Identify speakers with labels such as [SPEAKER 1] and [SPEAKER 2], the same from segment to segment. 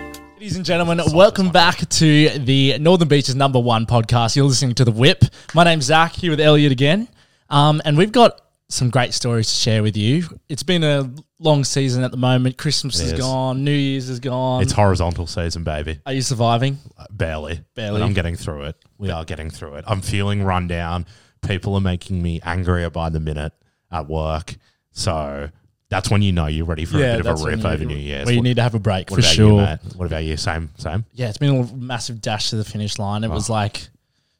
[SPEAKER 1] and gentlemen, welcome back to the Northern Beaches number one podcast. You're listening to The Whip. My name's Zach, here with Elliot again. Um, and we've got some great stories to share with you. It's been a long season at the moment. Christmas is
[SPEAKER 2] is.
[SPEAKER 1] gone, New Year's is gone.
[SPEAKER 2] It's horizontal season, baby.
[SPEAKER 1] Are you surviving?
[SPEAKER 2] Barely.
[SPEAKER 1] Barely.
[SPEAKER 2] But I'm getting through it. We are getting through it. I'm feeling run down. People are making me angrier by the minute at work. So that's when you know you're ready for a bit of
[SPEAKER 1] that's
[SPEAKER 2] a
[SPEAKER 1] when
[SPEAKER 2] rip
[SPEAKER 1] you-
[SPEAKER 2] over New Year's.
[SPEAKER 1] We
[SPEAKER 2] What-
[SPEAKER 1] need to have a break
[SPEAKER 2] what
[SPEAKER 1] for
[SPEAKER 2] about
[SPEAKER 1] sure.
[SPEAKER 2] you, mate? What about you? Same, same.
[SPEAKER 1] yeah, it's been a massive dash to the finish line. It
[SPEAKER 2] Oh.
[SPEAKER 1] was like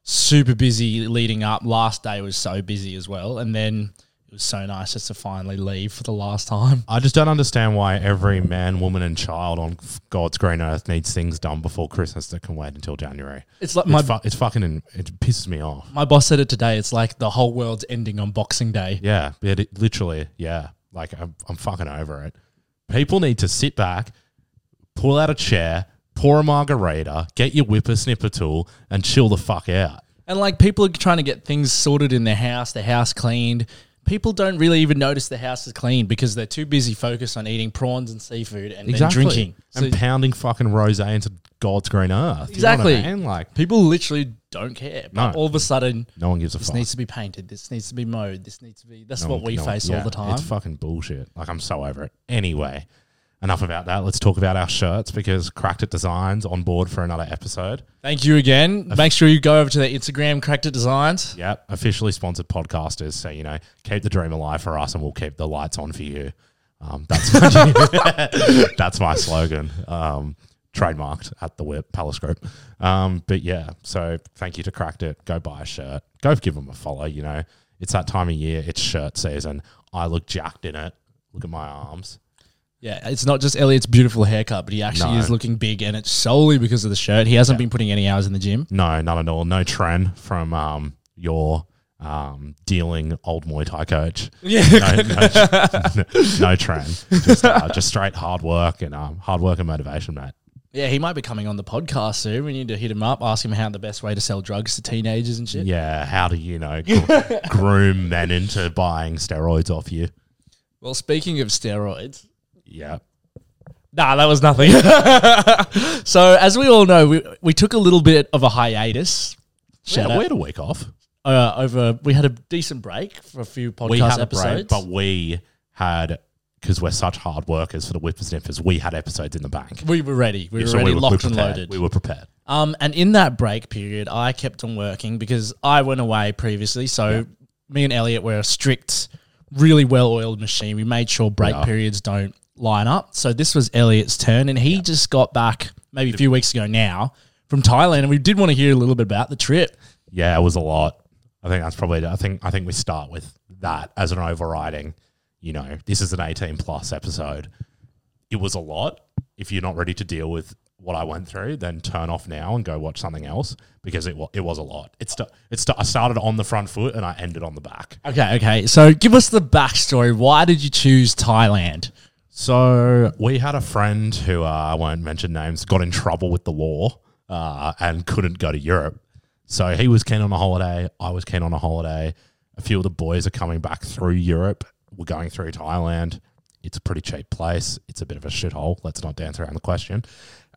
[SPEAKER 1] super busy leading up. Last day was so busy as well, and then it was so nice just to finally leave for the last time.
[SPEAKER 2] I just don't understand why every man, woman, and child on f- God's green earth needs things done before Christmas that can wait until January.
[SPEAKER 1] It's like my
[SPEAKER 2] It's, fu- it's fucking, in- it pisses me off.
[SPEAKER 1] my boss said it today. It's like the whole world's ending on Boxing Day.
[SPEAKER 2] Yeah, but it, literally, yeah. Like I'm, I'm fucking over it. People need to sit back, pull out a chair, pour a margarita, get your whippersnipper tool, and chill the fuck out.
[SPEAKER 1] And like people are trying to get things sorted in their house, their house cleaned. People don't really even notice the house is clean because they're too busy focused on eating prawns and seafood and then drinking.
[SPEAKER 2] and
[SPEAKER 1] So
[SPEAKER 2] pounding fucking rosé into God's green earth. You know what I
[SPEAKER 1] Exactly.
[SPEAKER 2] mean? Like
[SPEAKER 1] people literally don't care. But
[SPEAKER 2] No.
[SPEAKER 1] all of a sudden,
[SPEAKER 2] no one gives a
[SPEAKER 1] this
[SPEAKER 2] fuck.
[SPEAKER 1] needs to be painted. This needs to be mowed. This needs to be. That's
[SPEAKER 2] No
[SPEAKER 1] what
[SPEAKER 2] one-
[SPEAKER 1] we
[SPEAKER 2] no one-
[SPEAKER 1] face
[SPEAKER 2] yeah,
[SPEAKER 1] all the time.
[SPEAKER 2] It's fucking bullshit. Like I'm so over it. Anyway, enough about that. Let's talk about our shirts because Cracked It Designs on board for another episode.
[SPEAKER 1] Thank you again. Make sure you go over to their Instagram, Cracked It Designs.
[SPEAKER 2] Yep, officially sponsored podcasters. So you know, keep the dream alive for us, and we'll keep the lights on for you. Um, that's that's my slogan. Um, trademarked at the Whip Palace Group. Um, but yeah, so thank you to Cracked It. Go buy a shirt. Go give them a follow. You know, it's that time of year. It's shirt season. I look jacked in it. Look at my arms.
[SPEAKER 1] Yeah, it's not just Elliot's beautiful haircut, but he actually
[SPEAKER 2] No.
[SPEAKER 1] is looking big, and it's solely because of the shirt. He hasn't been putting any hours in the gym.
[SPEAKER 2] No, not at all. No trend from um, your um, dealing old Muay Thai coach.
[SPEAKER 1] Yeah,
[SPEAKER 2] no, no, no trend. Just, uh, just straight hard work and um, hard work and motivation, mate.
[SPEAKER 1] yeah, he might be coming on the podcast soon. We need to hit him up, ask him how the best way to sell drugs to teenagers and shit.
[SPEAKER 2] Yeah, how do you know gr- groom men into buying steroids off you?
[SPEAKER 1] Well, speaking of steroids,
[SPEAKER 2] Yeah,
[SPEAKER 1] Nah, that was nothing. so, as we all know, we, we took a little bit of a hiatus. Shout
[SPEAKER 2] yeah,
[SPEAKER 1] out.
[SPEAKER 2] we had a week off.
[SPEAKER 1] uh, over. We had a decent break for a few podcast
[SPEAKER 2] We had a
[SPEAKER 1] episodes.
[SPEAKER 2] break, but we had because we're such hard workers for the whippersnippers. We had episodes in the bank,
[SPEAKER 1] we were ready. We were
[SPEAKER 2] So
[SPEAKER 1] ready,
[SPEAKER 2] were-
[SPEAKER 1] locked and
[SPEAKER 2] prepared.
[SPEAKER 1] loaded.
[SPEAKER 2] We were prepared.
[SPEAKER 1] Um, and in that break period, I kept on working because I went away previously. So me and Elliot were a strict, really well-oiled machine. We made sure break
[SPEAKER 2] Yeah.
[SPEAKER 1] periods don't line up. So this was Elliot's turn, and he just got back maybe a few weeks ago now from Thailand, and we did want to hear a little bit about the trip.
[SPEAKER 2] Yeah, it was a lot. I think that's probably. I think. I think we start with that as an overriding. You know, this is an eighteen plus episode. It was a lot. If you're not ready to deal with what I went through, then turn off now and go watch something else because it was it was a lot. It's st- it's st- I started on the front foot and I ended on the back.
[SPEAKER 1] Okay, okay. So give us the backstory. Why did you choose Thailand?
[SPEAKER 2] So we had a friend who uh, I won't mention names got in trouble with the law uh, and couldn't go to Europe. So he was keen on a holiday. I was keen on a holiday. A few of the boys are coming back through Europe. We're going through Thailand. It's a pretty cheap place. It's a bit of a shithole. Let's not dance around the question.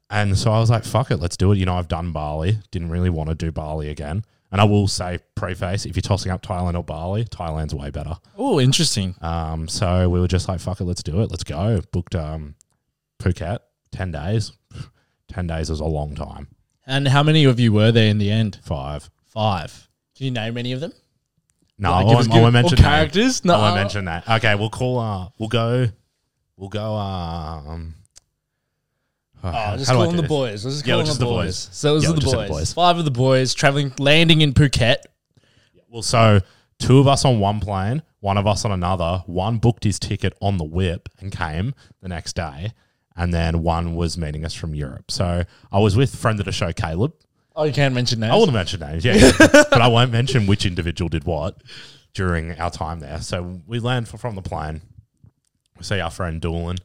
[SPEAKER 2] And so I was like, fuck it, let's do it. You know, I've done Bali. Didn't really want to do Bali again. And I will say, preface, if you're tossing up Thailand or Bali, Thailand's way better.
[SPEAKER 1] Oh, interesting.
[SPEAKER 2] Um, so we were just like, fuck it, let's do it, let's go. Booked um, Phuket, 10 days. 10 days is a long time.
[SPEAKER 1] And how many of you were there in the end?
[SPEAKER 2] Five.
[SPEAKER 1] Five. Can you name any of them?
[SPEAKER 2] No,
[SPEAKER 1] Like,
[SPEAKER 2] I
[SPEAKER 1] give us-
[SPEAKER 2] won't, I
[SPEAKER 1] give-
[SPEAKER 2] won't
[SPEAKER 1] or
[SPEAKER 2] mention that.
[SPEAKER 1] characters.
[SPEAKER 2] I
[SPEAKER 1] No,
[SPEAKER 2] won't mention that. Okay, we'll call, uh, we'll go, we'll go, um, oh,
[SPEAKER 1] Oh,
[SPEAKER 2] how
[SPEAKER 1] just
[SPEAKER 2] do I
[SPEAKER 1] call
[SPEAKER 2] do
[SPEAKER 1] them the
[SPEAKER 2] this?
[SPEAKER 1] boys. Let's just
[SPEAKER 2] Yeah,
[SPEAKER 1] call them
[SPEAKER 2] we'll just
[SPEAKER 1] the
[SPEAKER 2] the
[SPEAKER 1] boys.
[SPEAKER 2] boys.
[SPEAKER 1] So it was
[SPEAKER 2] Yeah,
[SPEAKER 1] the,
[SPEAKER 2] we'll just
[SPEAKER 1] boys.
[SPEAKER 2] say the boys.
[SPEAKER 1] Five of the boys traveling, landing in Phuket.
[SPEAKER 2] Well, so two of us on one plane, one of us on another. One booked his ticket on the whip and came the next day. And then one was meeting us from Europe. So I was with friend of the show, Caleb.
[SPEAKER 1] Oh, you can mention names.
[SPEAKER 2] I won't mention names, yeah, yeah. but I won't mention which individual did what during our time there. So we land f- from the plane. We see our friend Doolin.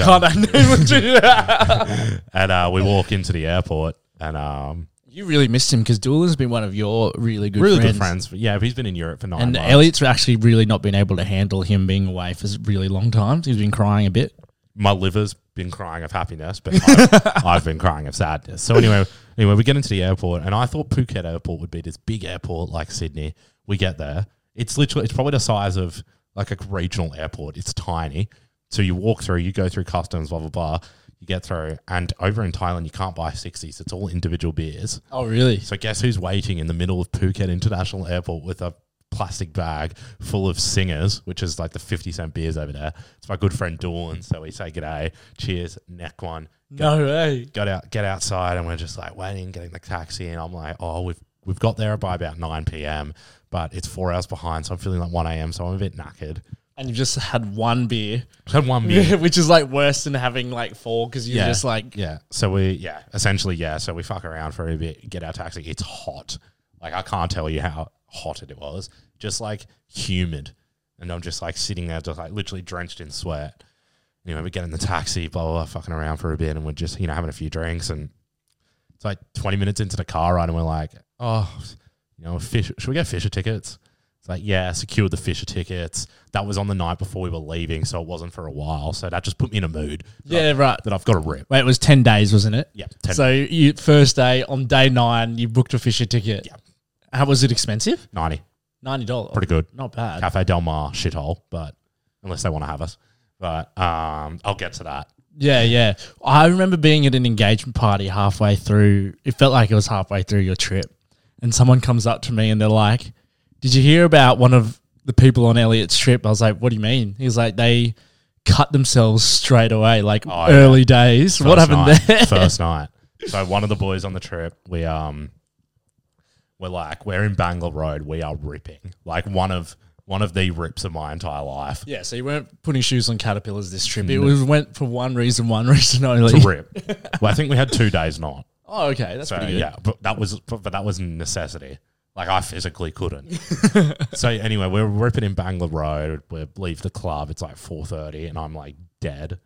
[SPEAKER 1] I
[SPEAKER 2] uh,
[SPEAKER 1] can't name them too.
[SPEAKER 2] and uh, we walk into the airport and um,
[SPEAKER 1] You really missed him because Doolin's been one of your really good
[SPEAKER 2] really
[SPEAKER 1] friends.
[SPEAKER 2] good friends. But yeah, he's been in Europe for nine
[SPEAKER 1] And
[SPEAKER 2] months.
[SPEAKER 1] Elliot's actually really not been able to handle him being away for a really long time. He's been crying a bit.
[SPEAKER 2] my liver's been crying of happiness, but I've, I've been crying of sadness. So anyway, anyway, we get into the airport, and I thought Phuket Airport would be this big airport like Sydney. We get there, it's literally it's probably the size of like a regional airport. It's tiny. So you walk through, you go through customs, blah blah blah. You get through, and over in Thailand, you can't buy sixties. It's all individual beers.
[SPEAKER 1] Oh, really?
[SPEAKER 2] So guess who's waiting in the middle of Phuket International Airport with a plastic bag full of singers, which is like the fifty cent beers over there. It's my good friend Dawn. So we say g'day, cheers, neck one.
[SPEAKER 1] No way.
[SPEAKER 2] Got out, get outside, and we're just like waiting, getting the taxi, and I'm like, oh, we've we've got there by about nine p.m., but it's four hours behind, so I'm feeling like one a.m., so I'm a bit knackered.
[SPEAKER 1] And you've just had one beer,
[SPEAKER 2] Had one beer.
[SPEAKER 1] which is like worse than having like four because you're
[SPEAKER 2] Yeah.
[SPEAKER 1] just like,
[SPEAKER 2] Yeah. So we, yeah, essentially, yeah. So we fuck around for a bit, get our taxi. It's hot. Like, I can't tell you how hot it was. Just like humid. And I'm just like sitting there, just like literally drenched in sweat. Anyway, we get in the taxi, blah, blah, blah, fucking around for a bit. And we're just, you know, having a few drinks. And it's like 20 minutes into the car ride. And we're like, oh, you know, fish, should we get Fisher tickets? It's like, yeah, secured the Fisher tickets. That was on the night before we were leaving. So it wasn't for a while. So that just put me in a mood
[SPEAKER 1] yeah, right.
[SPEAKER 2] that I've got to rip.
[SPEAKER 1] Wait, it was 10 days, wasn't it?
[SPEAKER 2] Yeah. 10
[SPEAKER 1] So you first day on day nine, you booked a Fisher ticket.
[SPEAKER 2] Yeah.
[SPEAKER 1] How was it expensive?
[SPEAKER 2] 90.
[SPEAKER 1] Ninety dollars.
[SPEAKER 2] Pretty good.
[SPEAKER 1] Not bad.
[SPEAKER 2] Cafe Del Mar shithole, but unless they want to have us. But um, I'll get to that.
[SPEAKER 1] Yeah, yeah. I remember being at an engagement party halfway through. It felt like it was halfway through your trip, and someone comes up to me and they're like, "Did you hear about one of the people on Elliot's trip?" I was like, "What do you mean?" He's like, "They cut themselves straight away, like
[SPEAKER 2] Oh, yeah.
[SPEAKER 1] early days. what
[SPEAKER 2] First
[SPEAKER 1] happened
[SPEAKER 2] night,
[SPEAKER 1] there?"
[SPEAKER 2] First night. So one of the boys on the trip, we um we're like, we're in Bangor Road, we are ripping. Like one of one of the rips of my entire life.
[SPEAKER 1] Yeah, so you weren't putting shoes on caterpillars this trip. It was went for one reason, one reason only.
[SPEAKER 2] Rip. well, I think we had two days not.
[SPEAKER 1] Oh, okay, that's
[SPEAKER 2] So
[SPEAKER 1] pretty good.
[SPEAKER 2] yeah, but that was but, but that was a necessity. Like I physically couldn't. so anyway, we're ripping in Bangla Road. We leave the club. It's like four thirty, and I'm like dead.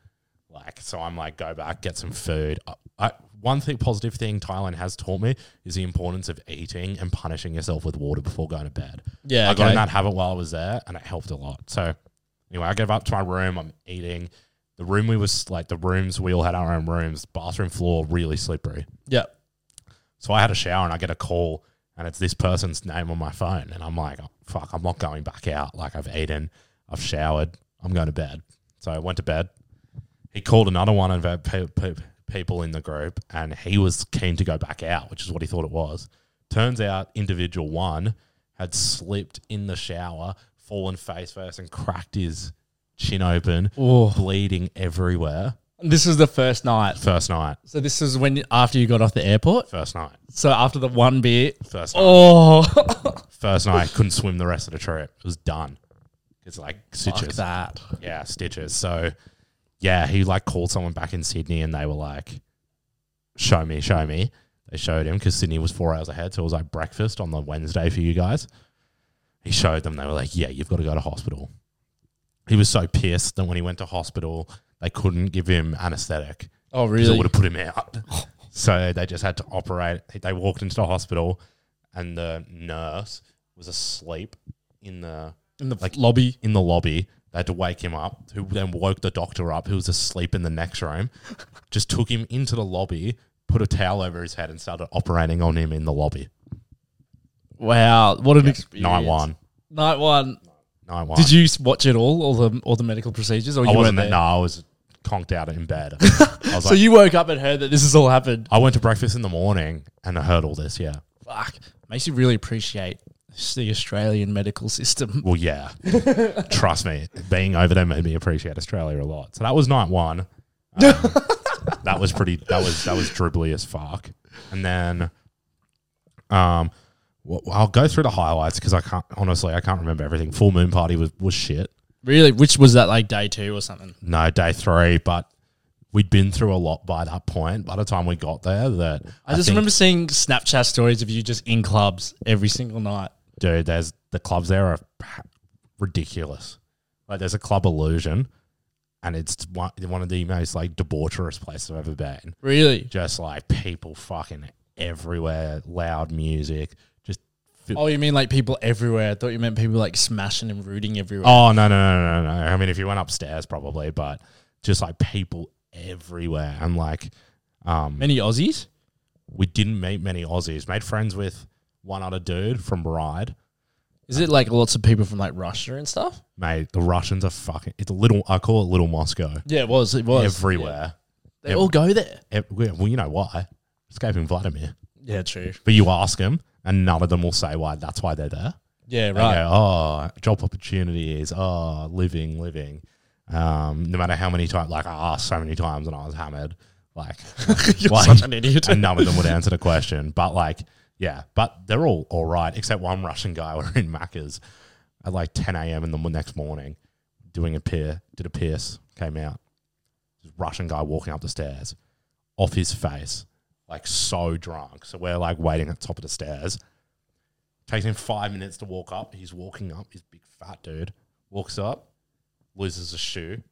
[SPEAKER 2] Like so, I'm like go back get some food. I, I, one thing positive thing Thailand has taught me is the importance of eating and punishing yourself with water before going to bed.
[SPEAKER 1] Yeah,
[SPEAKER 2] I got
[SPEAKER 1] okay.
[SPEAKER 2] in that habit while I was there, and it helped a lot. So anyway, I get up to my room. I'm eating. The room we was like the rooms we all had our own rooms. Bathroom floor really slippery.
[SPEAKER 1] Yeah.
[SPEAKER 2] So I had a shower and I get a call and it's this person's name on my phone. And I'm like, oh, fuck, I'm not going back out. Like I've eaten, I've showered, I'm going to bed. So I went to bed. He called another one of our pe- pe- people in the group and he was keen to go back out, which is what he thought it was. Turns out individual one had slipped in the shower, fallen face first and cracked his chin open,
[SPEAKER 1] Oh,
[SPEAKER 2] bleeding everywhere.
[SPEAKER 1] this was the first night.
[SPEAKER 2] First night,
[SPEAKER 1] So this was when after you got off the airport.
[SPEAKER 2] first night,
[SPEAKER 1] So after the one beer,
[SPEAKER 2] first night.
[SPEAKER 1] oh,
[SPEAKER 2] First night, couldn't swim the rest of the trip. It was done. It's like stitches.
[SPEAKER 1] that.
[SPEAKER 2] Yeah, stitches. So, yeah, he like called someone back in Sydney and they were like, show me, show me. They showed him because Sydney was four hours ahead. So it was like breakfast on the Wednesday for you guys. He showed them. They were like, yeah, you've got to go to hospital. He was so pissed that when he went to hospital, they couldn't give him anesthetic
[SPEAKER 1] Oh,
[SPEAKER 2] because it
[SPEAKER 1] really?
[SPEAKER 2] would have put him out. so they just had to operate. They walked into the hospital, and the nurse was asleep in the
[SPEAKER 1] In the
[SPEAKER 2] like-
[SPEAKER 1] lobby.
[SPEAKER 2] in the lobby. They had to wake him up, who then woke the doctor up, who was asleep in the next room. Just took him into the lobby, put a towel over his head, and started operating on him in the lobby.
[SPEAKER 1] Wow, what an experience!
[SPEAKER 2] Night one,
[SPEAKER 1] Night one.
[SPEAKER 2] night one.
[SPEAKER 1] Did you s- watch it all, all the all the medical procedures, or you
[SPEAKER 2] I wasn't.
[SPEAKER 1] weren't
[SPEAKER 2] No,
[SPEAKER 1] there?
[SPEAKER 2] I was conked out in bed. I was
[SPEAKER 1] So
[SPEAKER 2] like,
[SPEAKER 1] you woke up and heard that this has all happened.
[SPEAKER 2] I went to breakfast in the morning and I heard all this. Yeah.
[SPEAKER 1] Fuck, makes you really appreciate the Australian medical system.
[SPEAKER 2] Well, yeah. Trust me, being over there made me appreciate Australia a lot. So that was night one. Um, that was pretty. That was that was dribbly as fuck. And then, um, well, I'll go through the highlights because I can't honestly I can't remember everything. Full moon party was was shit.
[SPEAKER 1] Really, which was that like day two or something?
[SPEAKER 2] No, day three, but we'd been through a lot by that point. By the time we got there, that
[SPEAKER 1] I, just
[SPEAKER 2] think,
[SPEAKER 1] remember seeing Snapchat stories of you just in clubs every single night.
[SPEAKER 2] dude. There's the clubs there are ridiculous. Like there's a club illusion, and it's one, one of the most like debaucherous places I've ever been.
[SPEAKER 1] Really?
[SPEAKER 2] Just like people fucking everywhere, loud music. Just fi-
[SPEAKER 1] Oh, you mean like people everywhere? I thought you meant people like smashing and rooting everywhere.
[SPEAKER 2] oh no no no no no. I mean, if you went upstairs, probably, but just like people everywhere. And like, um,
[SPEAKER 1] Oh, Many Aussies.
[SPEAKER 2] we didn't meet many Aussies. Made friends with one other dude from Ride.
[SPEAKER 1] Is it like lots of people from like Russia and stuff?
[SPEAKER 2] Mate, the Russians are fucking. It's a little. I call it Little Moscow.
[SPEAKER 1] Yeah, it was. It was
[SPEAKER 2] Everywhere.
[SPEAKER 1] Yeah. They all go there.
[SPEAKER 2] Ev- well, you know why? Escaping Vladimir.
[SPEAKER 1] Yeah, true.
[SPEAKER 2] But you ask them, and none of them will say why. That's why they're there.
[SPEAKER 1] Yeah,
[SPEAKER 2] They
[SPEAKER 1] right.
[SPEAKER 2] go, oh, job opportunities. Oh, living, living. Um, no matter how many times, like I asked so many times, and I was hammered. Like,
[SPEAKER 1] You're
[SPEAKER 2] why-
[SPEAKER 1] such an idiot.
[SPEAKER 2] and none of them would answer the question. But like, yeah, but they're all all right, except one Russian guy. We're in Macca's at like 10 a.m. in the mo- next morning, doing a pier, did a piss, came out. This Russian guy walking up the stairs, off his face, like so drunk. So we're like waiting at the top of the stairs. Takes him five minutes to walk up. He's walking up. He's a big fat dude. Walks up, loses a shoe,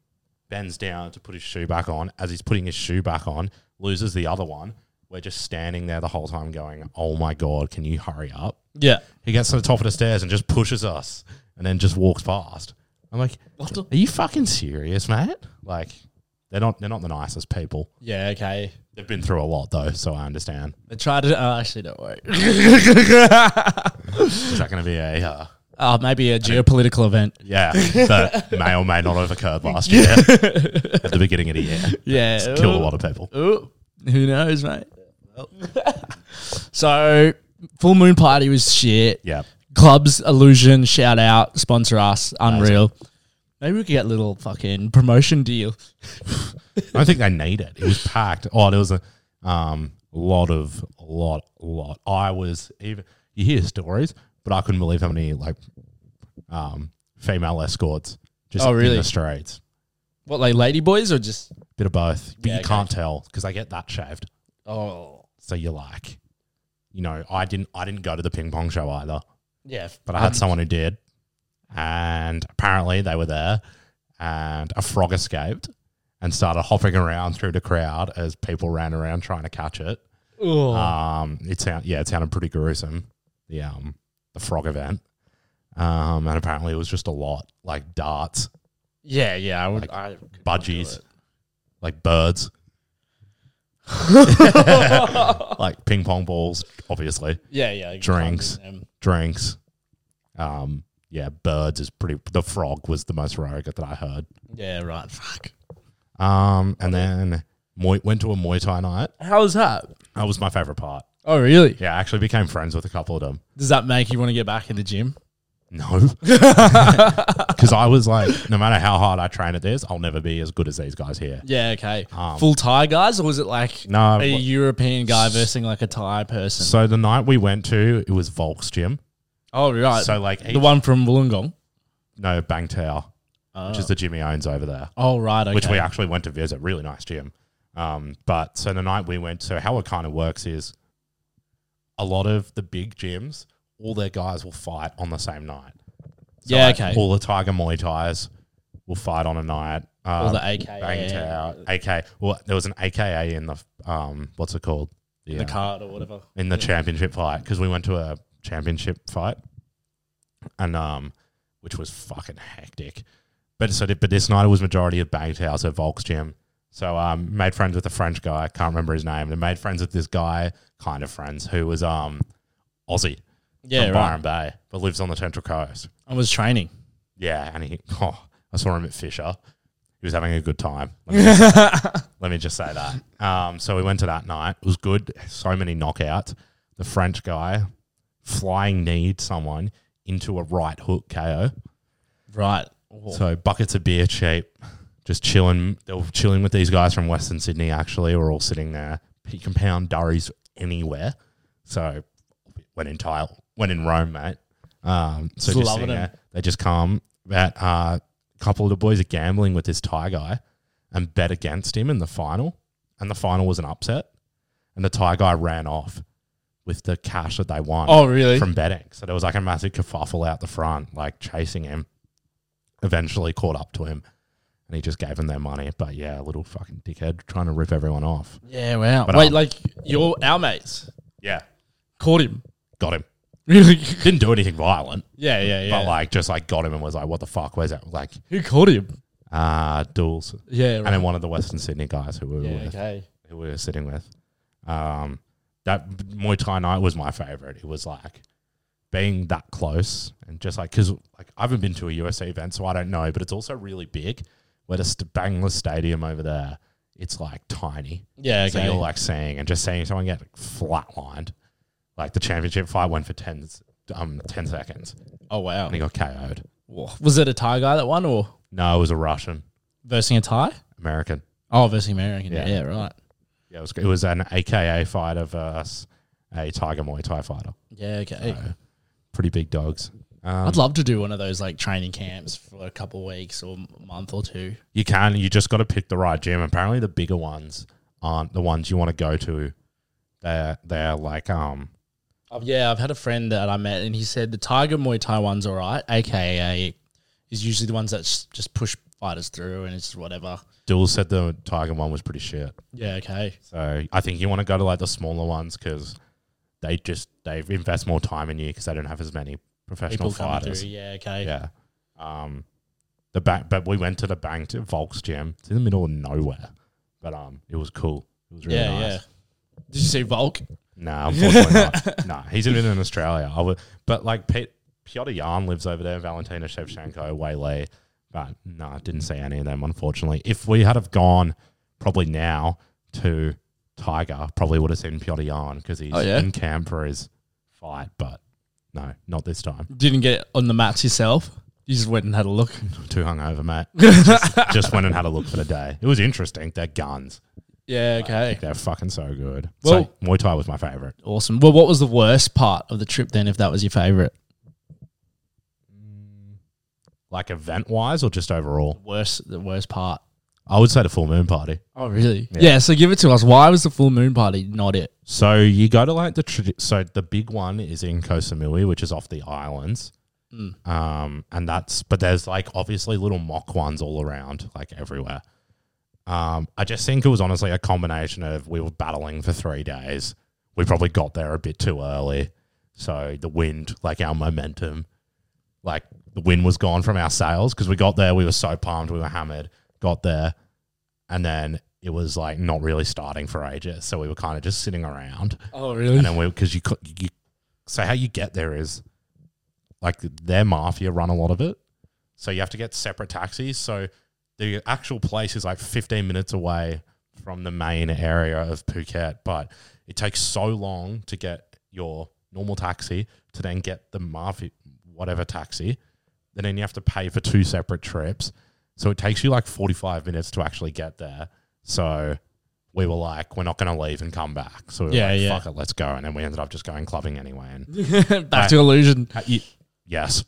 [SPEAKER 2] bends down to put his shoe back on. As he's putting his shoe back on, loses the other one. We're just standing there the whole time going, Oh my God, can you hurry up?
[SPEAKER 1] yeah.
[SPEAKER 2] He gets to the top of the stairs and just pushes us and then just walks past. I'm like,
[SPEAKER 1] What the-
[SPEAKER 2] Are you fucking serious, mate? Like, they're not they're not the nicest people.
[SPEAKER 1] Yeah, okay.
[SPEAKER 2] They've been through a lot though, so I understand.
[SPEAKER 1] They tried to. Oh, actually, don't worry.
[SPEAKER 2] Is that gonna be a uh,
[SPEAKER 1] oh, maybe a geopolitical event.
[SPEAKER 2] yeah, that may or may not have occurred last year at the beginning of the year.
[SPEAKER 1] Yeah.
[SPEAKER 2] It's killed a lot of people.
[SPEAKER 1] Ooh, who knows, mate? so, full moon party was shit.
[SPEAKER 2] Yeah.
[SPEAKER 1] Clubs, illusion, shout out, sponsor us, unreal. Maybe we could get a little fucking promotion deal.
[SPEAKER 2] I don't think they need it. It was packed. Oh, there was a um, lot of, lot, lot. I was even, you hear stories, but I couldn't believe how many like um, female escorts just
[SPEAKER 1] Oh,
[SPEAKER 2] in
[SPEAKER 1] really?
[SPEAKER 2] the streets.
[SPEAKER 1] What, like ladyboys or just?
[SPEAKER 2] Bit of both. But
[SPEAKER 1] Yeah,
[SPEAKER 2] you
[SPEAKER 1] okay.
[SPEAKER 2] can't tell because they get that shaved.
[SPEAKER 1] Oh,
[SPEAKER 2] So you're like, you know, I didn't, I didn't go to the ping pong show either,
[SPEAKER 1] yeah.
[SPEAKER 2] but I had someone who did. And apparently they were there and a frog escaped and started hopping around through the crowd as people ran around trying to catch it.
[SPEAKER 1] Ooh.
[SPEAKER 2] Um, it sound yeah, it sounded pretty gruesome. The um the frog event. Um, and apparently it was just a lot like darts,
[SPEAKER 1] yeah, yeah. I would. I could
[SPEAKER 2] budgies,
[SPEAKER 1] do
[SPEAKER 2] like birds, like ping pong balls, obviously
[SPEAKER 1] it. Yeah, yeah. I could
[SPEAKER 2] Drinks.
[SPEAKER 1] find them.
[SPEAKER 2] drinks. Um, yeah, birds is pretty. The frog was the most rogue that I heard.
[SPEAKER 1] Yeah, right. Fuck.
[SPEAKER 2] Um, and then Muay, went to a Muay Thai night.
[SPEAKER 1] How was that?
[SPEAKER 2] That was my favorite part.
[SPEAKER 1] Oh, really?
[SPEAKER 2] Yeah, I actually became friends with a couple of them.
[SPEAKER 1] Does that make you want to get back in the gym?
[SPEAKER 2] No. Because I was like, no matter how hard I train at this, I'll never be as good as these guys here.
[SPEAKER 1] Yeah, okay.
[SPEAKER 2] Um,
[SPEAKER 1] Full Thai guys, or was it like
[SPEAKER 2] No.
[SPEAKER 1] a
[SPEAKER 2] wha-
[SPEAKER 1] European guy versing like a Thai person?
[SPEAKER 2] So the night we went to, it was Volk's gym.
[SPEAKER 1] oh, right.
[SPEAKER 2] So like each,
[SPEAKER 1] the one from Wollongong.
[SPEAKER 2] no Bang Tower,
[SPEAKER 1] Oh.
[SPEAKER 2] which is the gym he owns over there,
[SPEAKER 1] Oh, right. Okay.
[SPEAKER 2] which we actually went to visit. Really nice gym. Um, but so the night we went, so how it kind of works is a lot of the big gyms, all their guys will fight on the same night. So,
[SPEAKER 1] yeah,
[SPEAKER 2] like,
[SPEAKER 1] okay.
[SPEAKER 2] All the Tiger Muay Thais will fight on a night.
[SPEAKER 1] All
[SPEAKER 2] Um,
[SPEAKER 1] the AK.
[SPEAKER 2] Bang Tower, AK. Well, there was an AKA in the um, what's it called? Yeah.
[SPEAKER 1] The card or whatever.
[SPEAKER 2] in the championship fight because we went to a championship fight, and um, which was fucking hectic. But so, did, but this night it was majority of Bang Tower, so Volk's gym. So um, made friends with a French guy. I can't remember his name. And made friends with this guy, kind of friends, who was um, Aussie
[SPEAKER 1] Yeah,
[SPEAKER 2] from
[SPEAKER 1] right.
[SPEAKER 2] Byron Bay, but lives on the Central Coast.
[SPEAKER 1] I was training.
[SPEAKER 2] Yeah, and he, oh, I saw him at Fisher. He was having a good time. Let me just, let me just say that. Um, so we went to that night. It was good. So many knockouts. The French guy flying kneed someone into a right hook KO.
[SPEAKER 1] Right. Oh.
[SPEAKER 2] So buckets of beer cheap. Just chilling. They were chilling with these guys from Western Sydney, actually. We're all sitting there. He can pound durries anywhere. So went in tile, went in Rome, mate. Um, so
[SPEAKER 1] Just
[SPEAKER 2] just
[SPEAKER 1] loving
[SPEAKER 2] sitting
[SPEAKER 1] it.
[SPEAKER 2] there. They just come. That uh, couple of the boys are gambling with this Thai guy and bet against him in the final. And the final was an upset. And the Thai guy ran off with the cash that they won
[SPEAKER 1] Oh, really?
[SPEAKER 2] from betting. So there was like a massive kerfuffle out the front, like chasing him. Eventually caught up to him and he just gave him their money. But yeah, a little fucking dickhead trying to rip everyone off.
[SPEAKER 1] yeah, wow.
[SPEAKER 2] But,
[SPEAKER 1] Wait,
[SPEAKER 2] um,
[SPEAKER 1] like your our mates
[SPEAKER 2] Yeah.
[SPEAKER 1] caught him.
[SPEAKER 2] Got him.
[SPEAKER 1] Really?
[SPEAKER 2] Didn't do anything violent,
[SPEAKER 1] yeah, yeah, yeah.
[SPEAKER 2] but like just like got him and was like, what the fuck? Where's that? Like,
[SPEAKER 1] Who caught him?
[SPEAKER 2] uh, duels,
[SPEAKER 1] Yeah,
[SPEAKER 2] and then one of the Western Sydney guys who we were
[SPEAKER 1] yeah,
[SPEAKER 2] with,
[SPEAKER 1] okay.
[SPEAKER 2] who we were sitting with. Um, that Muay Thai night was my favorite. It was like being that close and just like because like I haven't been to a USA event, so I don't know. But it's also really big. Where the St- Bangla Stadium over there, it's like tiny.
[SPEAKER 1] Yeah, okay.
[SPEAKER 2] So you're like seeing and just seeing someone get flatlined. Like the championship fight went for 10, um, 10 seconds
[SPEAKER 1] oh wow.
[SPEAKER 2] and he got KO'd.
[SPEAKER 1] Wha- Was it a Thai guy that won or
[SPEAKER 2] No, it was a Russian
[SPEAKER 1] versing a Thai?
[SPEAKER 2] American.
[SPEAKER 1] Oh, versing American. Yeah,
[SPEAKER 2] Yeah.
[SPEAKER 1] yeah right.
[SPEAKER 2] Yeah, it was, it was an AKA fighter versus a Tiger Muay Thai fighter.
[SPEAKER 1] Yeah, okay.
[SPEAKER 2] Pretty big dogs. Um,
[SPEAKER 1] I'd love to do one of those like training camps for a couple of weeks or a month or two.
[SPEAKER 2] you can, you just got to pick the right gym. Apparently, the bigger ones aren't the ones you want to go to. They're, they're like, um,
[SPEAKER 1] Oh, yeah, I've had a friend that I met, and he said the Tiger Muay Thai one's all right, aka is usually the ones that s- just push fighters through and it's whatever.
[SPEAKER 2] Duel said the Tiger one was pretty shit.
[SPEAKER 1] Yeah, okay.
[SPEAKER 2] So I think you want to go to like the smaller ones because they just they invest more time in you because they don't have as many professional
[SPEAKER 1] People come
[SPEAKER 2] fighters.
[SPEAKER 1] through. Yeah, okay.
[SPEAKER 2] Yeah. Um, the back, but we went to the bank to Volks gym. It's in the middle of nowhere, but um, it was cool. It was really
[SPEAKER 1] yeah,
[SPEAKER 2] nice.
[SPEAKER 1] yeah. Did you see Volk?
[SPEAKER 2] Nah, unfortunately not. Nah, he's in in Australia. I would, but like Pete, Piotr Yarn lives over there. Valentina Shevchenko, Waylay. But no, nah, didn't see any of them. Unfortunately, if we had have gone probably now to Tiger, probably would have seen Piotr Yarn because he's
[SPEAKER 1] Oh, yeah?
[SPEAKER 2] in camp for his fight. But no, not this time.
[SPEAKER 1] Didn't get on the mats yourself. You just went and had a look.
[SPEAKER 2] Too hungover, mate. just, just went and had a look for the day. It was interesting. They're guns.
[SPEAKER 1] Yeah, okay.
[SPEAKER 2] They're fucking so good.
[SPEAKER 1] Well-
[SPEAKER 2] so Muay Thai was my favorite.
[SPEAKER 1] Awesome. Well, what was the worst part of the trip then, if that was your favorite?
[SPEAKER 2] Like event wise or just overall?
[SPEAKER 1] Worst, the worst part.
[SPEAKER 2] I would say the full moon party.
[SPEAKER 1] Oh, really? Yeah. so give it to us. Why was the full moon party not it?
[SPEAKER 2] So you go to like the tradi- so the big one is in Koh Samui, which is off the islands, um, and that's but there's like obviously little mock ones all around, like everywhere. Um, I just think it was honestly a combination of we were battling for three days. We probably got there a bit too early, so the wind, like our momentum, like the wind was gone from our sails because we got there, we were so pumped, we were hammered, got there, and then it was like not really starting for ages. So we were kind of just sitting around,
[SPEAKER 1] Oh, really?
[SPEAKER 2] and then we because you, cou- you so how you get there is like their mafia run a lot of it, so you have to get separate taxis. So the actual place is like 15 minutes away from the main area of Phuket, but it takes so long to get your normal taxi to then get the mafia whatever taxi, and then you have to pay for two separate trips. So it takes you like 45 minutes to actually get there. So we were like, we're not going to leave and come back. So we were
[SPEAKER 1] Yeah,
[SPEAKER 2] like,
[SPEAKER 1] yeah. Mm.
[SPEAKER 2] fuck it, let's go. And then we ended up just going clubbing anyway. And
[SPEAKER 1] Back to illusion.
[SPEAKER 2] Uh, you- yes.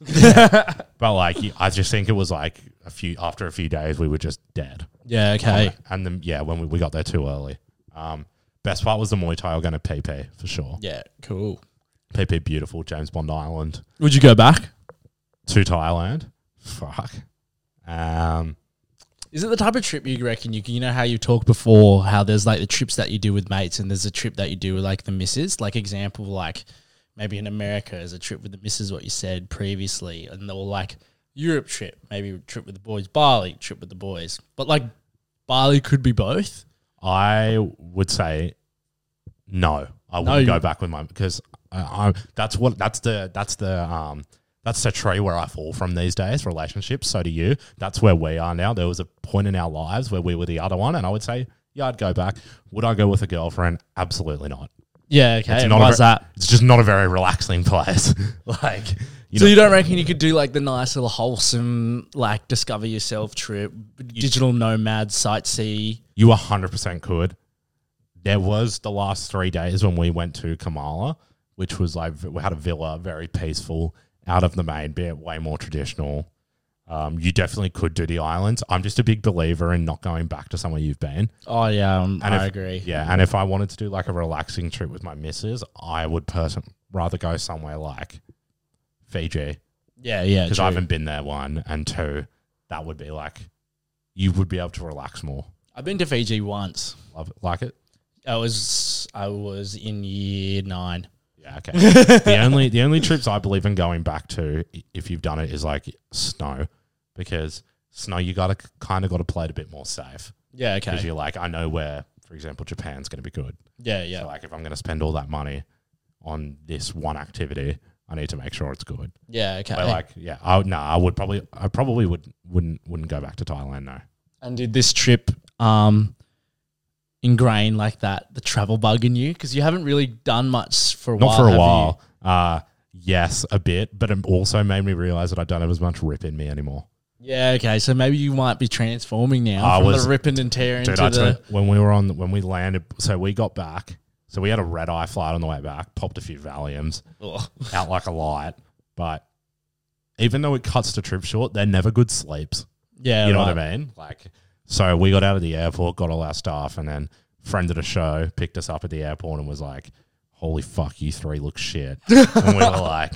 [SPEAKER 2] but like, you- I just think it was like a few, after a few days, we were just dead.
[SPEAKER 1] Yeah, okay.
[SPEAKER 2] And then, yeah, when we, we got there too early. Um, best part was the Muay Thai going to PP for sure.
[SPEAKER 1] Yeah, cool.
[SPEAKER 2] PP, beautiful. James Bond Island
[SPEAKER 1] Would you go back?
[SPEAKER 2] to Thailand. Fuck. Um,
[SPEAKER 1] Is it the type of trip you reckon you can, you know how you talked before how there's like the trips that you do with mates and there's a trip that you do with like the missus? Like example, like maybe in America is a trip with the missus what you said previously, and or like Europe trip, maybe a trip with the boys, Bali trip with the boys. But like Bali could be both.
[SPEAKER 2] I would say no.
[SPEAKER 1] No,
[SPEAKER 2] I wouldn't
[SPEAKER 1] you-
[SPEAKER 2] go back with my because I, I, that's what that's the that's the um that's the tree where I fall from these days. Relationships. So do you. That's where we are now. There was a point in our lives where we were the other one, and I would say yeah, I'd go back. Would I go with a girlfriend? Absolutely not.
[SPEAKER 1] Yeah, okay.
[SPEAKER 2] It's
[SPEAKER 1] And
[SPEAKER 2] not a
[SPEAKER 1] why's
[SPEAKER 2] ver-
[SPEAKER 1] that?
[SPEAKER 2] It's just not a very relaxing place. like you
[SPEAKER 1] so
[SPEAKER 2] know,
[SPEAKER 1] you don't reckon you could do like the nice little wholesome like discover yourself trip, digital nomad, sightsee.
[SPEAKER 2] You 100% could. There was the last three days when we went to Kamala, which was like we had a villa, very peaceful, out of the main bit, way more traditional. Um, you definitely could do the islands. I'm just a big believer in not going back to somewhere you've been.
[SPEAKER 1] Oh yeah, um,
[SPEAKER 2] And
[SPEAKER 1] I
[SPEAKER 2] if-
[SPEAKER 1] agree.
[SPEAKER 2] Yeah, and if I wanted to do like a relaxing trip with my missus, I would person rather go somewhere like Fiji
[SPEAKER 1] Yeah, yeah.
[SPEAKER 2] because
[SPEAKER 1] true.
[SPEAKER 2] I haven't been there. One and two, that would be like you would be able to relax more.
[SPEAKER 1] I've been to Fiji once.
[SPEAKER 2] Love it, like it.
[SPEAKER 1] I was I was in year nine.
[SPEAKER 2] Yeah, okay. the only the only trips I believe in going back to, i- if you've done it, is like snow, because snow, you gotta kind of got to play it a bit more safe
[SPEAKER 1] Yeah.
[SPEAKER 2] because
[SPEAKER 1] Okay.
[SPEAKER 2] you're like, I know where, for example, Japan's going to be good.
[SPEAKER 1] Yeah.
[SPEAKER 2] So
[SPEAKER 1] Yeah.
[SPEAKER 2] like, if I'm going to spend all that money on this one activity, I need to make sure it's good.
[SPEAKER 1] Yeah. Okay.
[SPEAKER 2] But like, yeah, I would- no, I would probably, I probably would wouldn't wouldn't go back to Thailand though.
[SPEAKER 1] and did this trip um ingrain like that the travel bug in you because you haven't really done much for a
[SPEAKER 2] Not
[SPEAKER 1] while
[SPEAKER 2] for
[SPEAKER 1] have
[SPEAKER 2] a
[SPEAKER 1] you?
[SPEAKER 2] while. Uh, yes, a bit, but it also made me realize that I don't have as much rip in me anymore.
[SPEAKER 1] yeah okay so maybe you might be transforming now
[SPEAKER 2] I
[SPEAKER 1] from
[SPEAKER 2] was-
[SPEAKER 1] the ripping and tearing
[SPEAKER 2] Dude,
[SPEAKER 1] to
[SPEAKER 2] I
[SPEAKER 1] the
[SPEAKER 2] tell you, when we were on, when we landed, so we got back, so we had a red eye flight on the way back, popped a few Valiums,
[SPEAKER 1] Ugh.
[SPEAKER 2] out like a light, but. Even though it cuts the trip short, they're never good sleeps.
[SPEAKER 1] yeah
[SPEAKER 2] You know
[SPEAKER 1] right.
[SPEAKER 2] what I mean? Like, so we got out of the airport, got all our stuff, and then friend of the show picked us up at the airport and was like, "Holy fuck, you three look shit." and we were like,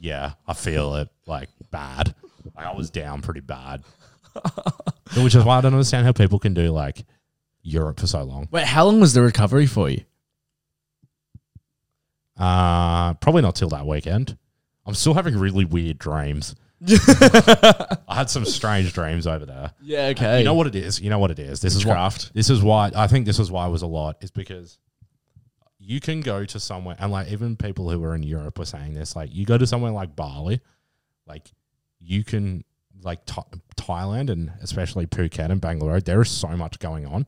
[SPEAKER 2] "Yeah, I feel it, like bad. Like I was down pretty bad." Which is why I don't understand how people can do like Europe for so long.
[SPEAKER 1] wait how long was the recovery for you
[SPEAKER 2] Uh, probably not till that weekend. I'm still having really weird dreams. I had some strange dreams over there.
[SPEAKER 1] yeah okay
[SPEAKER 2] You know what it is. You know what it is. This is
[SPEAKER 1] Witchcraft.
[SPEAKER 2] why. This is why I think this is why it was a lot. Is because you can go to somewhere and like even people who were in Europe were saying this. Like you go to somewhere like Bali, like you can like Tha- Thailand and especially Phuket and Bangalore. There is so much going on.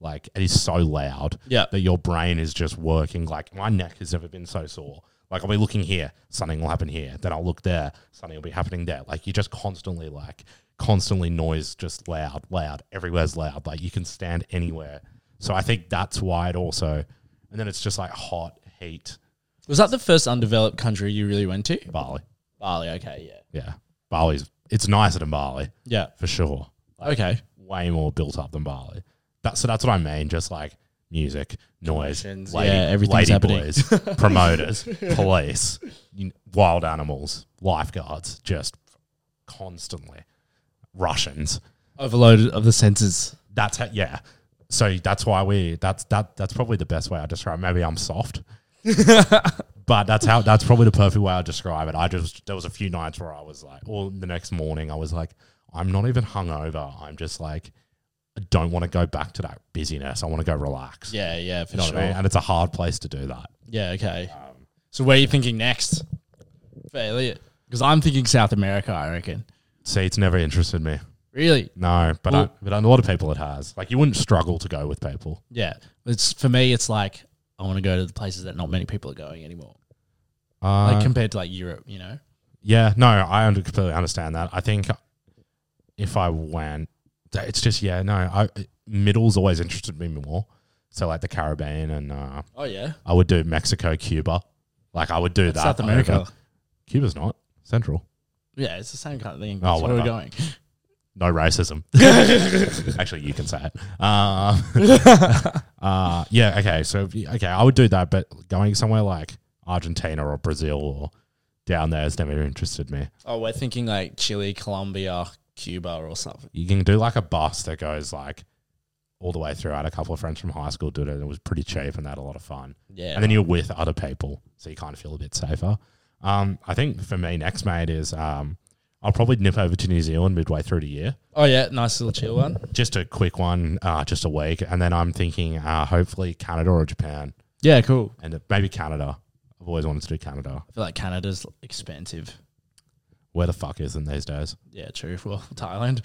[SPEAKER 2] Like it is so loud
[SPEAKER 1] yeah
[SPEAKER 2] that your brain is just working. Like my neck has never been so sore. Like I'll be looking here, something will happen here. Then I'll look there, something will be happening there. Like you're just constantly like constantly noise, just loud, loud. Everywhere's loud. Like you can stand anywhere. So I think that's why it also. And then it's just like hot heat.
[SPEAKER 1] was that the first undeveloped country you really went to
[SPEAKER 2] Bali,
[SPEAKER 1] bali okay yeah
[SPEAKER 2] yeah, Bali's it's nicer than Bali
[SPEAKER 1] yeah
[SPEAKER 2] for sure.
[SPEAKER 1] okay
[SPEAKER 2] Way more built up than Bali. That, so that's what I mean. Just like music, noise,
[SPEAKER 1] Conventions,
[SPEAKER 2] lady,
[SPEAKER 1] yeah, everything's
[SPEAKER 2] lady
[SPEAKER 1] happening.
[SPEAKER 2] boys, promoters, police, you kn- wild animals, lifeguards, just constantly Russians.
[SPEAKER 1] overloaded of the senses
[SPEAKER 2] That's how, yeah. So that's why we. That's that. That's probably the best way I describe. It. Maybe I'm soft, but that's how. That's probably the perfect way I describe it. I just there was a few nights where I was like, or the next morning I was like, I'm not even hungover. I'm just like, I don't want to go back to that busyness. I want to go relax.
[SPEAKER 1] yeah yeah for
[SPEAKER 2] you know
[SPEAKER 1] sure
[SPEAKER 2] what I mean. And it's a hard place to do that.
[SPEAKER 1] yeah okay so where are you thinking next for Elliot because I'm thinking South America I reckon
[SPEAKER 2] See, it's never interested me.
[SPEAKER 1] really
[SPEAKER 2] No, but I,
[SPEAKER 1] Well-
[SPEAKER 2] but a lot of people it has. Like you wouldn't struggle to go with people.
[SPEAKER 1] Yeah. It's for me it's like I want to go to the places that not many people are going anymore.
[SPEAKER 2] Uh,
[SPEAKER 1] Like compared to like Europe, you know?
[SPEAKER 2] Yeah, no, I under- completely understand that. I think if I went, th- it's just yeah, no, I middle's always interested me more. So like the Caribbean and uh,
[SPEAKER 1] Oh yeah.
[SPEAKER 2] I would do Mexico, Cuba. Like I would do that.
[SPEAKER 1] South America.
[SPEAKER 2] over- Cuba's not central.
[SPEAKER 1] Yeah, it's the same kind of thing.
[SPEAKER 2] Oh,
[SPEAKER 1] That's where we're
[SPEAKER 2] whatever.
[SPEAKER 1] going.
[SPEAKER 2] No racism. Actually, you can say it. Um, uh, yeah. Okay. So if you- okay, I would do that, but going somewhere like Argentina or Brazil or down there has never interested me.
[SPEAKER 1] Oh, we're thinking like Chile, Colombia, Cuba or something.
[SPEAKER 2] you can do like a bus that goes like all the way through. I had a couple of friends from high school do it, and it was pretty cheap, and they had a lot of fun.
[SPEAKER 1] Yeah.
[SPEAKER 2] And then you're with other people, so you kind of feel a bit safer. Um, I think for me, next mate is um, I'll probably nip over to New Zealand midway through the year,
[SPEAKER 1] oh yeah, nice little chill one.
[SPEAKER 2] just a quick one, uh, just a week, and then I'm thinking uh, hopefully Canada or Japan,
[SPEAKER 1] Yeah, cool.
[SPEAKER 2] and it- maybe Canada. I've always wanted to do Canada.
[SPEAKER 1] I feel like Canada's expensive.
[SPEAKER 2] Where the fuck isn't these days?
[SPEAKER 1] Yeah, true. Well, Thailand.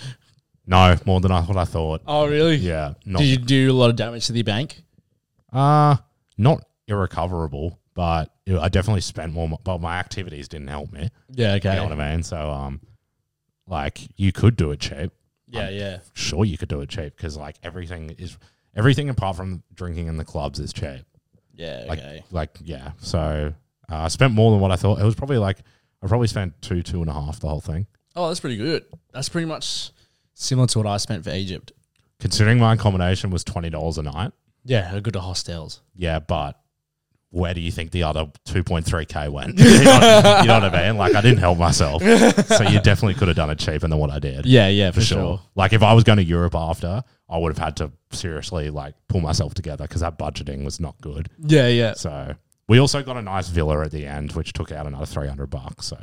[SPEAKER 2] No, more than I, what I thought.
[SPEAKER 1] Oh really?
[SPEAKER 2] Yeah, not
[SPEAKER 1] Did you do a lot of damage to the bank?
[SPEAKER 2] Uh, not irrecoverable, but you know, I definitely spent more, mo- but my activities didn't help me.
[SPEAKER 1] Yeah, okay.
[SPEAKER 2] You know what I mean? So, um, like you could do it cheap.
[SPEAKER 1] yeah, yeah.
[SPEAKER 2] Sure, you could do it cheap because like everything is everything apart from drinking in the clubs is cheap.
[SPEAKER 1] Yeah,
[SPEAKER 2] Like,
[SPEAKER 1] okay.
[SPEAKER 2] like yeah. So uh, I spent more than what I thought. It was probably like I probably spent two, two and a half the whole thing.
[SPEAKER 1] Oh, that's pretty good. That's pretty much similar to what I spent for Egypt.
[SPEAKER 2] Considering my accommodation was twenty dollars a night.
[SPEAKER 1] Yeah, good to hostels.
[SPEAKER 2] yeah, but where do you think the other 2.3k went? you, know, you know what I mean? Like, I didn't help myself. So you definitely could have done it cheaper than what I did.
[SPEAKER 1] Yeah, yeah,
[SPEAKER 2] for sure. Like, if I was going to Europe after, I would have had to seriously like pull myself together because that budgeting was not good.
[SPEAKER 1] Yeah, yeah.
[SPEAKER 2] So we also got a nice villa at the end, which took out another 300 bucks. So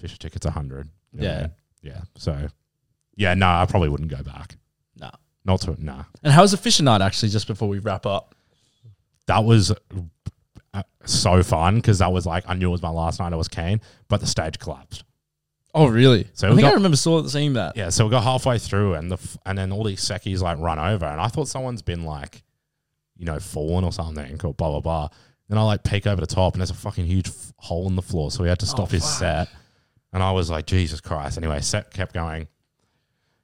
[SPEAKER 2] Fisher tickets 100. you know what I
[SPEAKER 1] Yeah.
[SPEAKER 2] mean? Yeah. So Yeah, no, I probably wouldn't go back.
[SPEAKER 1] No.
[SPEAKER 2] Not to nah.
[SPEAKER 1] And how was the fishing night actually? Just before we wrap up,
[SPEAKER 2] That was uh, so fun because that was like I knew it was my last night. I was keen, but the stage collapsed.
[SPEAKER 1] Oh, really?
[SPEAKER 2] So
[SPEAKER 1] I
[SPEAKER 2] we
[SPEAKER 1] think I
[SPEAKER 2] got-
[SPEAKER 1] remember saw seeing that.
[SPEAKER 2] Yeah, so we got halfway through, and the f- and then all these seckies like run over, and I thought someone's been like, you know, fallen or something, or blah blah blah. Then I like peek over the top, and there's a fucking huge f- hole in the floor, so we had to stop his set. And I was like, Jesus Christ! Anyway, set kept going,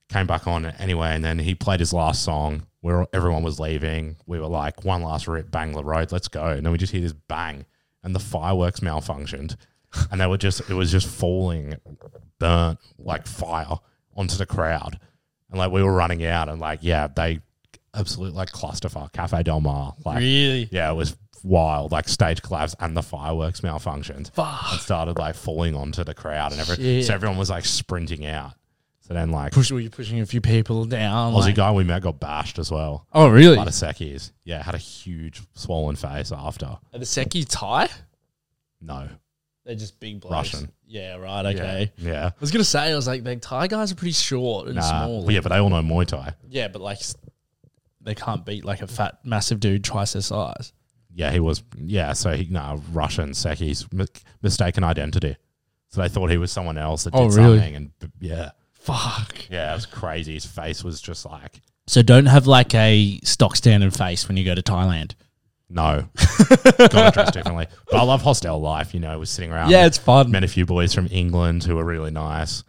[SPEAKER 2] came back on anyway, and then he played his last song. Where everyone was leaving, we were like, one last rip, bang the road, let's go. And then we just hear this bang, and the fireworks malfunctioned, and they were just, it was just falling burnt like fire onto the crowd. And like we were running out and like, yeah, they absolute like clusterfuck, Cafe Del Mar. Like
[SPEAKER 1] Really?
[SPEAKER 2] yeah, it was wild. Like stage collapse and the fireworks malfunctioned.
[SPEAKER 1] Fuck.
[SPEAKER 2] And started like falling onto the crowd and everything.
[SPEAKER 1] Shit.
[SPEAKER 2] So everyone was like sprinting out. So then like
[SPEAKER 1] Push, were you pushing a few people down?
[SPEAKER 2] Aussie
[SPEAKER 1] like-
[SPEAKER 2] guy we met got bashed as well.
[SPEAKER 1] oh, really?
[SPEAKER 2] By the Sekis. Yeah, had a huge swollen face after.
[SPEAKER 1] Are the Seki Thai?
[SPEAKER 2] No.
[SPEAKER 1] They're just big blokes.
[SPEAKER 2] Russian.
[SPEAKER 1] Yeah, right. Okay.
[SPEAKER 2] Yeah. yeah.
[SPEAKER 1] I was gonna say, I was like, the Thai guys are pretty short and
[SPEAKER 2] Nah.
[SPEAKER 1] small.
[SPEAKER 2] But yeah, but they all know Muay Thai.
[SPEAKER 1] Yeah, but like, s- they can't beat like a fat, massive dude twice their size.
[SPEAKER 2] Yeah, he was. Yeah, so he no Russian Seki's mi- mistaken identity. So they thought he was someone else that did
[SPEAKER 1] Oh, really?
[SPEAKER 2] something, and b- yeah,
[SPEAKER 1] Fuck.
[SPEAKER 2] yeah, it was crazy. His face was just like
[SPEAKER 1] So don't have like a stock standard face when you go to Thailand.
[SPEAKER 2] no, gotta dress differently. But I love hostel life. You know, was sitting around.
[SPEAKER 1] yeah, it's fun.
[SPEAKER 2] met a few boys from England who were really nice.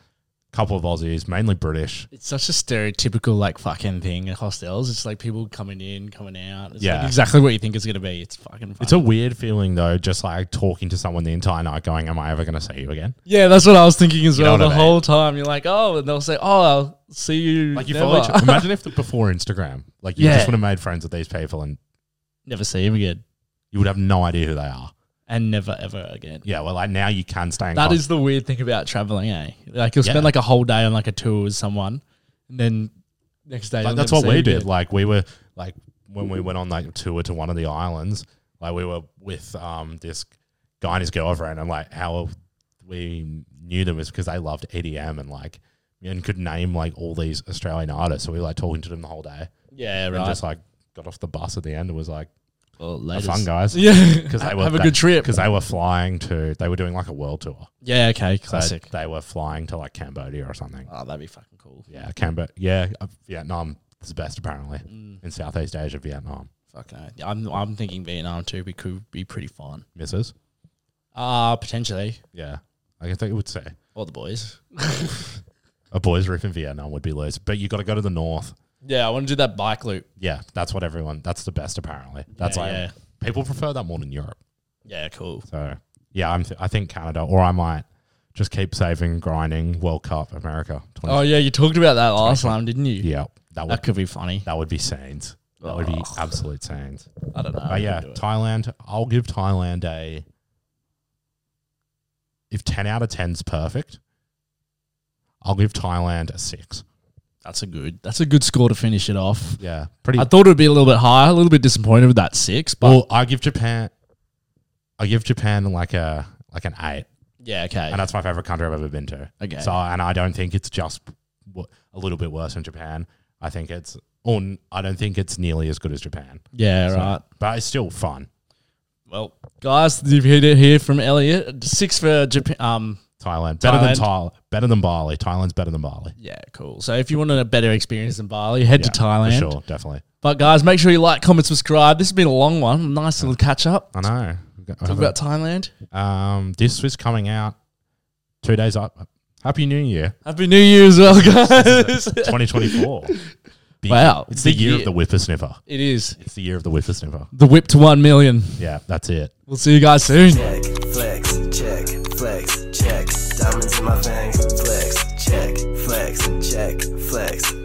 [SPEAKER 2] Couple of Aussies, mainly British.
[SPEAKER 1] It's such a stereotypical like fucking thing at hostels. It's like people coming in, coming out. It's
[SPEAKER 2] Yeah.
[SPEAKER 1] like exactly what you think it's gonna be. It's fucking. Fun.
[SPEAKER 2] It's a weird feeling though, just like talking to someone the entire night, going, "Am I ever gonna see you again?"
[SPEAKER 1] yeah, that's what I was thinking as
[SPEAKER 2] You know
[SPEAKER 1] well.
[SPEAKER 2] what
[SPEAKER 1] The
[SPEAKER 2] I mean?
[SPEAKER 1] whole time you're like, oh, and they'll say, oh, I'll see you.
[SPEAKER 2] Like you
[SPEAKER 1] never.
[SPEAKER 2] follow each. Imagine if the, before Instagram, like you
[SPEAKER 1] Yeah.
[SPEAKER 2] just would have made friends with these people, and
[SPEAKER 1] never see him again,
[SPEAKER 2] you would have no idea who they are.
[SPEAKER 1] and never ever again.
[SPEAKER 2] Yeah, well, like now you can stay in
[SPEAKER 1] That
[SPEAKER 2] con-
[SPEAKER 1] is the weird thing about traveling, eh? Like you'll
[SPEAKER 2] Oh. Yeah.
[SPEAKER 1] spend like a whole day on like a tour with someone, and then next day.
[SPEAKER 2] like,
[SPEAKER 1] you'll
[SPEAKER 2] that's
[SPEAKER 1] never
[SPEAKER 2] what
[SPEAKER 1] see
[SPEAKER 2] we
[SPEAKER 1] them
[SPEAKER 2] did.
[SPEAKER 1] again.
[SPEAKER 2] Like we were like when we went on like a tour to one of the islands, like we were with um this guy and his girlfriend, and like how we knew them is because they loved EDM and like and could name like all these Australian artists. So we were like talking to them the whole day,
[SPEAKER 1] yeah,
[SPEAKER 2] and
[SPEAKER 1] right.
[SPEAKER 2] just like got off the bus at the end and was like,
[SPEAKER 1] well,
[SPEAKER 2] "Have
[SPEAKER 1] latest.
[SPEAKER 2] "Fun guys."
[SPEAKER 1] Yeah,
[SPEAKER 2] Because they were
[SPEAKER 1] have a good trip.
[SPEAKER 2] Because they were flying to, they were doing like a world tour.
[SPEAKER 1] Yeah, okay,
[SPEAKER 2] So
[SPEAKER 1] classic.
[SPEAKER 2] they were flying to like Cambodia or something.
[SPEAKER 1] oh, that'd be fucking cool.
[SPEAKER 2] Yeah, Canberra. Yeah, uh, Vietnam is the best apparently
[SPEAKER 1] Mm.
[SPEAKER 2] in Southeast Asia. Vietnam
[SPEAKER 1] Fuck no. I'm I'm thinking Vietnam too. We could be pretty fun.
[SPEAKER 2] misses.
[SPEAKER 1] Ah, potentially.
[SPEAKER 2] Yeah, I think it would say
[SPEAKER 1] Or the boys.
[SPEAKER 2] a boys' roof in Vietnam would be loose, but you got to go to the north.
[SPEAKER 1] Yeah, I want to do that bike loop.
[SPEAKER 2] Yeah, that's what everyone. That's the best apparently. That's
[SPEAKER 1] Yeah,
[SPEAKER 2] like
[SPEAKER 1] yeah.
[SPEAKER 2] people prefer that more than Europe.
[SPEAKER 1] Yeah, cool.
[SPEAKER 2] So yeah, I'm. Th- I think Canada, or I might just keep saving, grinding World Cup America. 20-
[SPEAKER 1] Oh yeah, you talked about that last time, didn't you?
[SPEAKER 2] yeah, that would
[SPEAKER 1] That could be funny.
[SPEAKER 2] that would be scenes. That would be absolute scenes.
[SPEAKER 1] I don't know.
[SPEAKER 2] But Oh, yeah,
[SPEAKER 1] Could do it.
[SPEAKER 2] Thailand. I'll give Thailand a. If ten out of ten's perfect, I'll give Thailand a six.
[SPEAKER 1] that's a good. That's a good score to finish it off.
[SPEAKER 2] Yeah, pretty.
[SPEAKER 1] I thought it would be a little bit higher. A little bit disappointed with that six, but
[SPEAKER 2] well, I give Japan. I give Japan like a like an eight,
[SPEAKER 1] yeah, okay.
[SPEAKER 2] and that's my favorite country I've ever been to.
[SPEAKER 1] Okay.
[SPEAKER 2] So, and I don't think it's just w- a little bit worse than Japan. I think it's, or n- I don't think it's nearly as good as Japan.
[SPEAKER 1] yeah,
[SPEAKER 2] So-
[SPEAKER 1] right.
[SPEAKER 2] But it's still fun.
[SPEAKER 1] Well, guys, you've heard it here from Elliot. Six for Japan. Um,
[SPEAKER 2] Thailand better than
[SPEAKER 1] Thailand.
[SPEAKER 2] Thailand, better than Bali. Thailand's better than Bali.
[SPEAKER 1] yeah, cool. So if you want a better experience in Bali, head
[SPEAKER 2] Yeah,
[SPEAKER 1] to Thailand.
[SPEAKER 2] for sure, definitely.
[SPEAKER 1] But guys, make sure you like, comment, subscribe. This has been a long one. Nice little catch up.
[SPEAKER 2] I know. We've got-
[SPEAKER 1] Talk about Thailand.
[SPEAKER 2] Um, this was coming out two days up. Happy New Year,
[SPEAKER 1] Happy New Year as well, guys.
[SPEAKER 2] 2024. Big-
[SPEAKER 1] Wow,
[SPEAKER 2] it's the
[SPEAKER 1] big
[SPEAKER 2] year,
[SPEAKER 1] year.
[SPEAKER 2] of the whippersnipper.
[SPEAKER 1] it is
[SPEAKER 2] It's the year of the whippersnipper.
[SPEAKER 1] the whip to one million.
[SPEAKER 2] Yeah, that's it.
[SPEAKER 1] We'll see you guys soon.
[SPEAKER 3] Check, flex, check, flex, check. Diamonds in my veins. Flex, check, flex, check, flex,